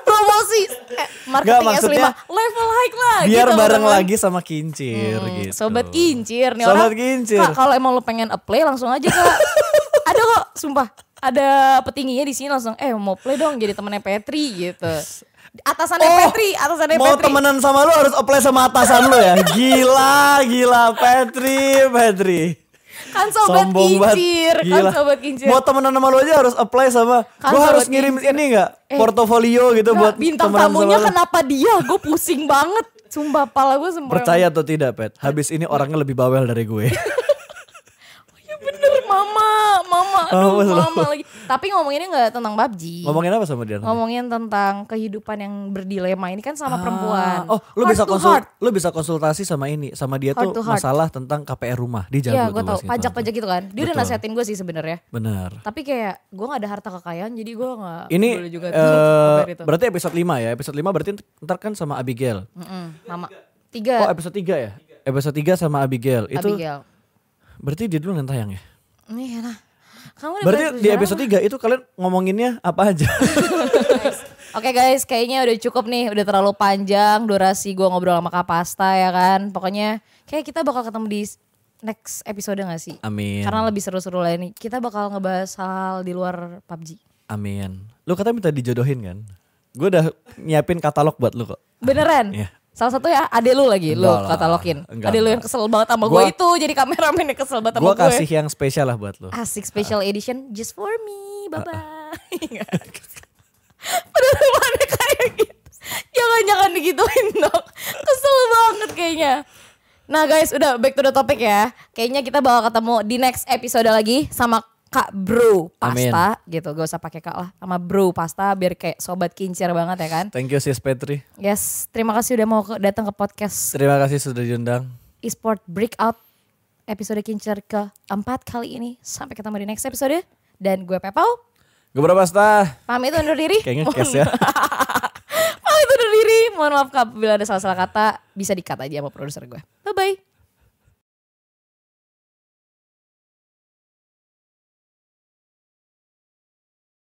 Promosi eh, Nggak, marketing S5 maksudnya level high lah. Biar *laughs* gitu, bareng teman-teman. Hmm, lagi sama Kincir gitu. Sobat kincir nih Sobat orang. Kincir. Kak, kalau emang lo pengen play langsung *laughs* aja kak. ada kok, sumpah. Ada petingginya di sini langsung. Eh mau play dong jadi temennya Petri *laughs* gitu. Atasannya Petri, atasannya Oh, mau Petri. temenan sama lu harus apply sama atasan lu ya. Gila, gila Petri, Petri. Kan sobat Sombong banget. kincir, kan Gila. sobat kincir. Mau temenan sama lu aja harus apply sama. Kan gua sobat harus ngirim kincir. ini enggak? Eh, Portofolio gitu Nggak, buat bintang temenan sama tamunya kan lu. kenapa dia? Gue pusing banget. Sumpah pala gue sembuh. *laughs* Percaya atau tidak, Pet? Habis ini orangnya lebih bawel dari gue. Ya bener mama, mama, aduh Mama selalu. mama lagi. Tapi ngomonginnya nggak tentang PUBG. Ngomongin apa sama dia? nanti? Ngomongin tentang kehidupan yang berdilema ini kan Ah, sama perempuan. Oh, lu Heart bisa to konsul, heart. lu bisa konsultasi sama ini, sama dia Heart to tuh heart. masalah tentang KPR rumah. Dia jago Iya, tuh gue tau. bahas gitu. Pajak-pajak gitu kan. Dia udah Betul. nasehatin gue sih sebenarnya. Bener. Tapi kayak gue gak ada harta kekayaan jadi gue gak Ini peduli juga eh, kabar itu. berarti episode 5 ya. Episode 5 berarti ntar kan sama Abigail. Mm-mm, Oh, mama. Tiga. episode 3 ya? Episode 3 sama Abigail. Itu Iya. Abigail. Iya, berarti dia dulu yang tayang ya? Nih lah. Kamu udah Berarti bahas di sejarah episode 3 itu kalian ngomonginnya apa *laughs* aja? Oke guys, kayaknya udah cukup nih, udah terlalu panjang durasi gua ngobrol sama Kak Pasta ya kan. Pokoknya kayak kita bakal ketemu di next episode gak sih? Amin. Karena lebih seru-seru lah ini. Kita bakal ngebahas hal di luar PUBG. Amin. Lu katanya minta dijodohin kan? Gue udah nyiapin katalog buat lu kok. Beneran? Iya. Salah satu ya ade lu lagi, lu Enggak lah. katalokin. Enggak, Ade lu yang enggak. kesel banget sama gue Gua- itu, jadi kameramen yang kesel banget sama Gue gue. Ah. kasih yang spesial lah buat lu. Asik special edition just for me, Iya bye *laughs* bye. Penutupannya kayak gitu. Jangan-jangan digituin dong. Kesel banget kayaknya. Nah guys udah back to the topic ya. Kayaknya kita bakal ketemu di next episode lagi sama Kak Bro Pasta gitu. Gak usah pakai Kak lah. Sama Bro Pasta biar kayak sobat kincir banget ya kan. Thank you sis Petri. Yes, terima kasih udah mau ke- datang ke podcast Terima kasih sudah diundang. eSport Breakout episode Kincir keempat kali ini. Sampai ketemu di next episode. ya. Dan gue Pepau, Gue berapa stah? pamit undur diri. Kayaknya Mohon- cash ya. pamit undur diri. Mohon maaf kalau bila ada salah-salah kata, bisa dikat aja sama produser gue. Bye-bye.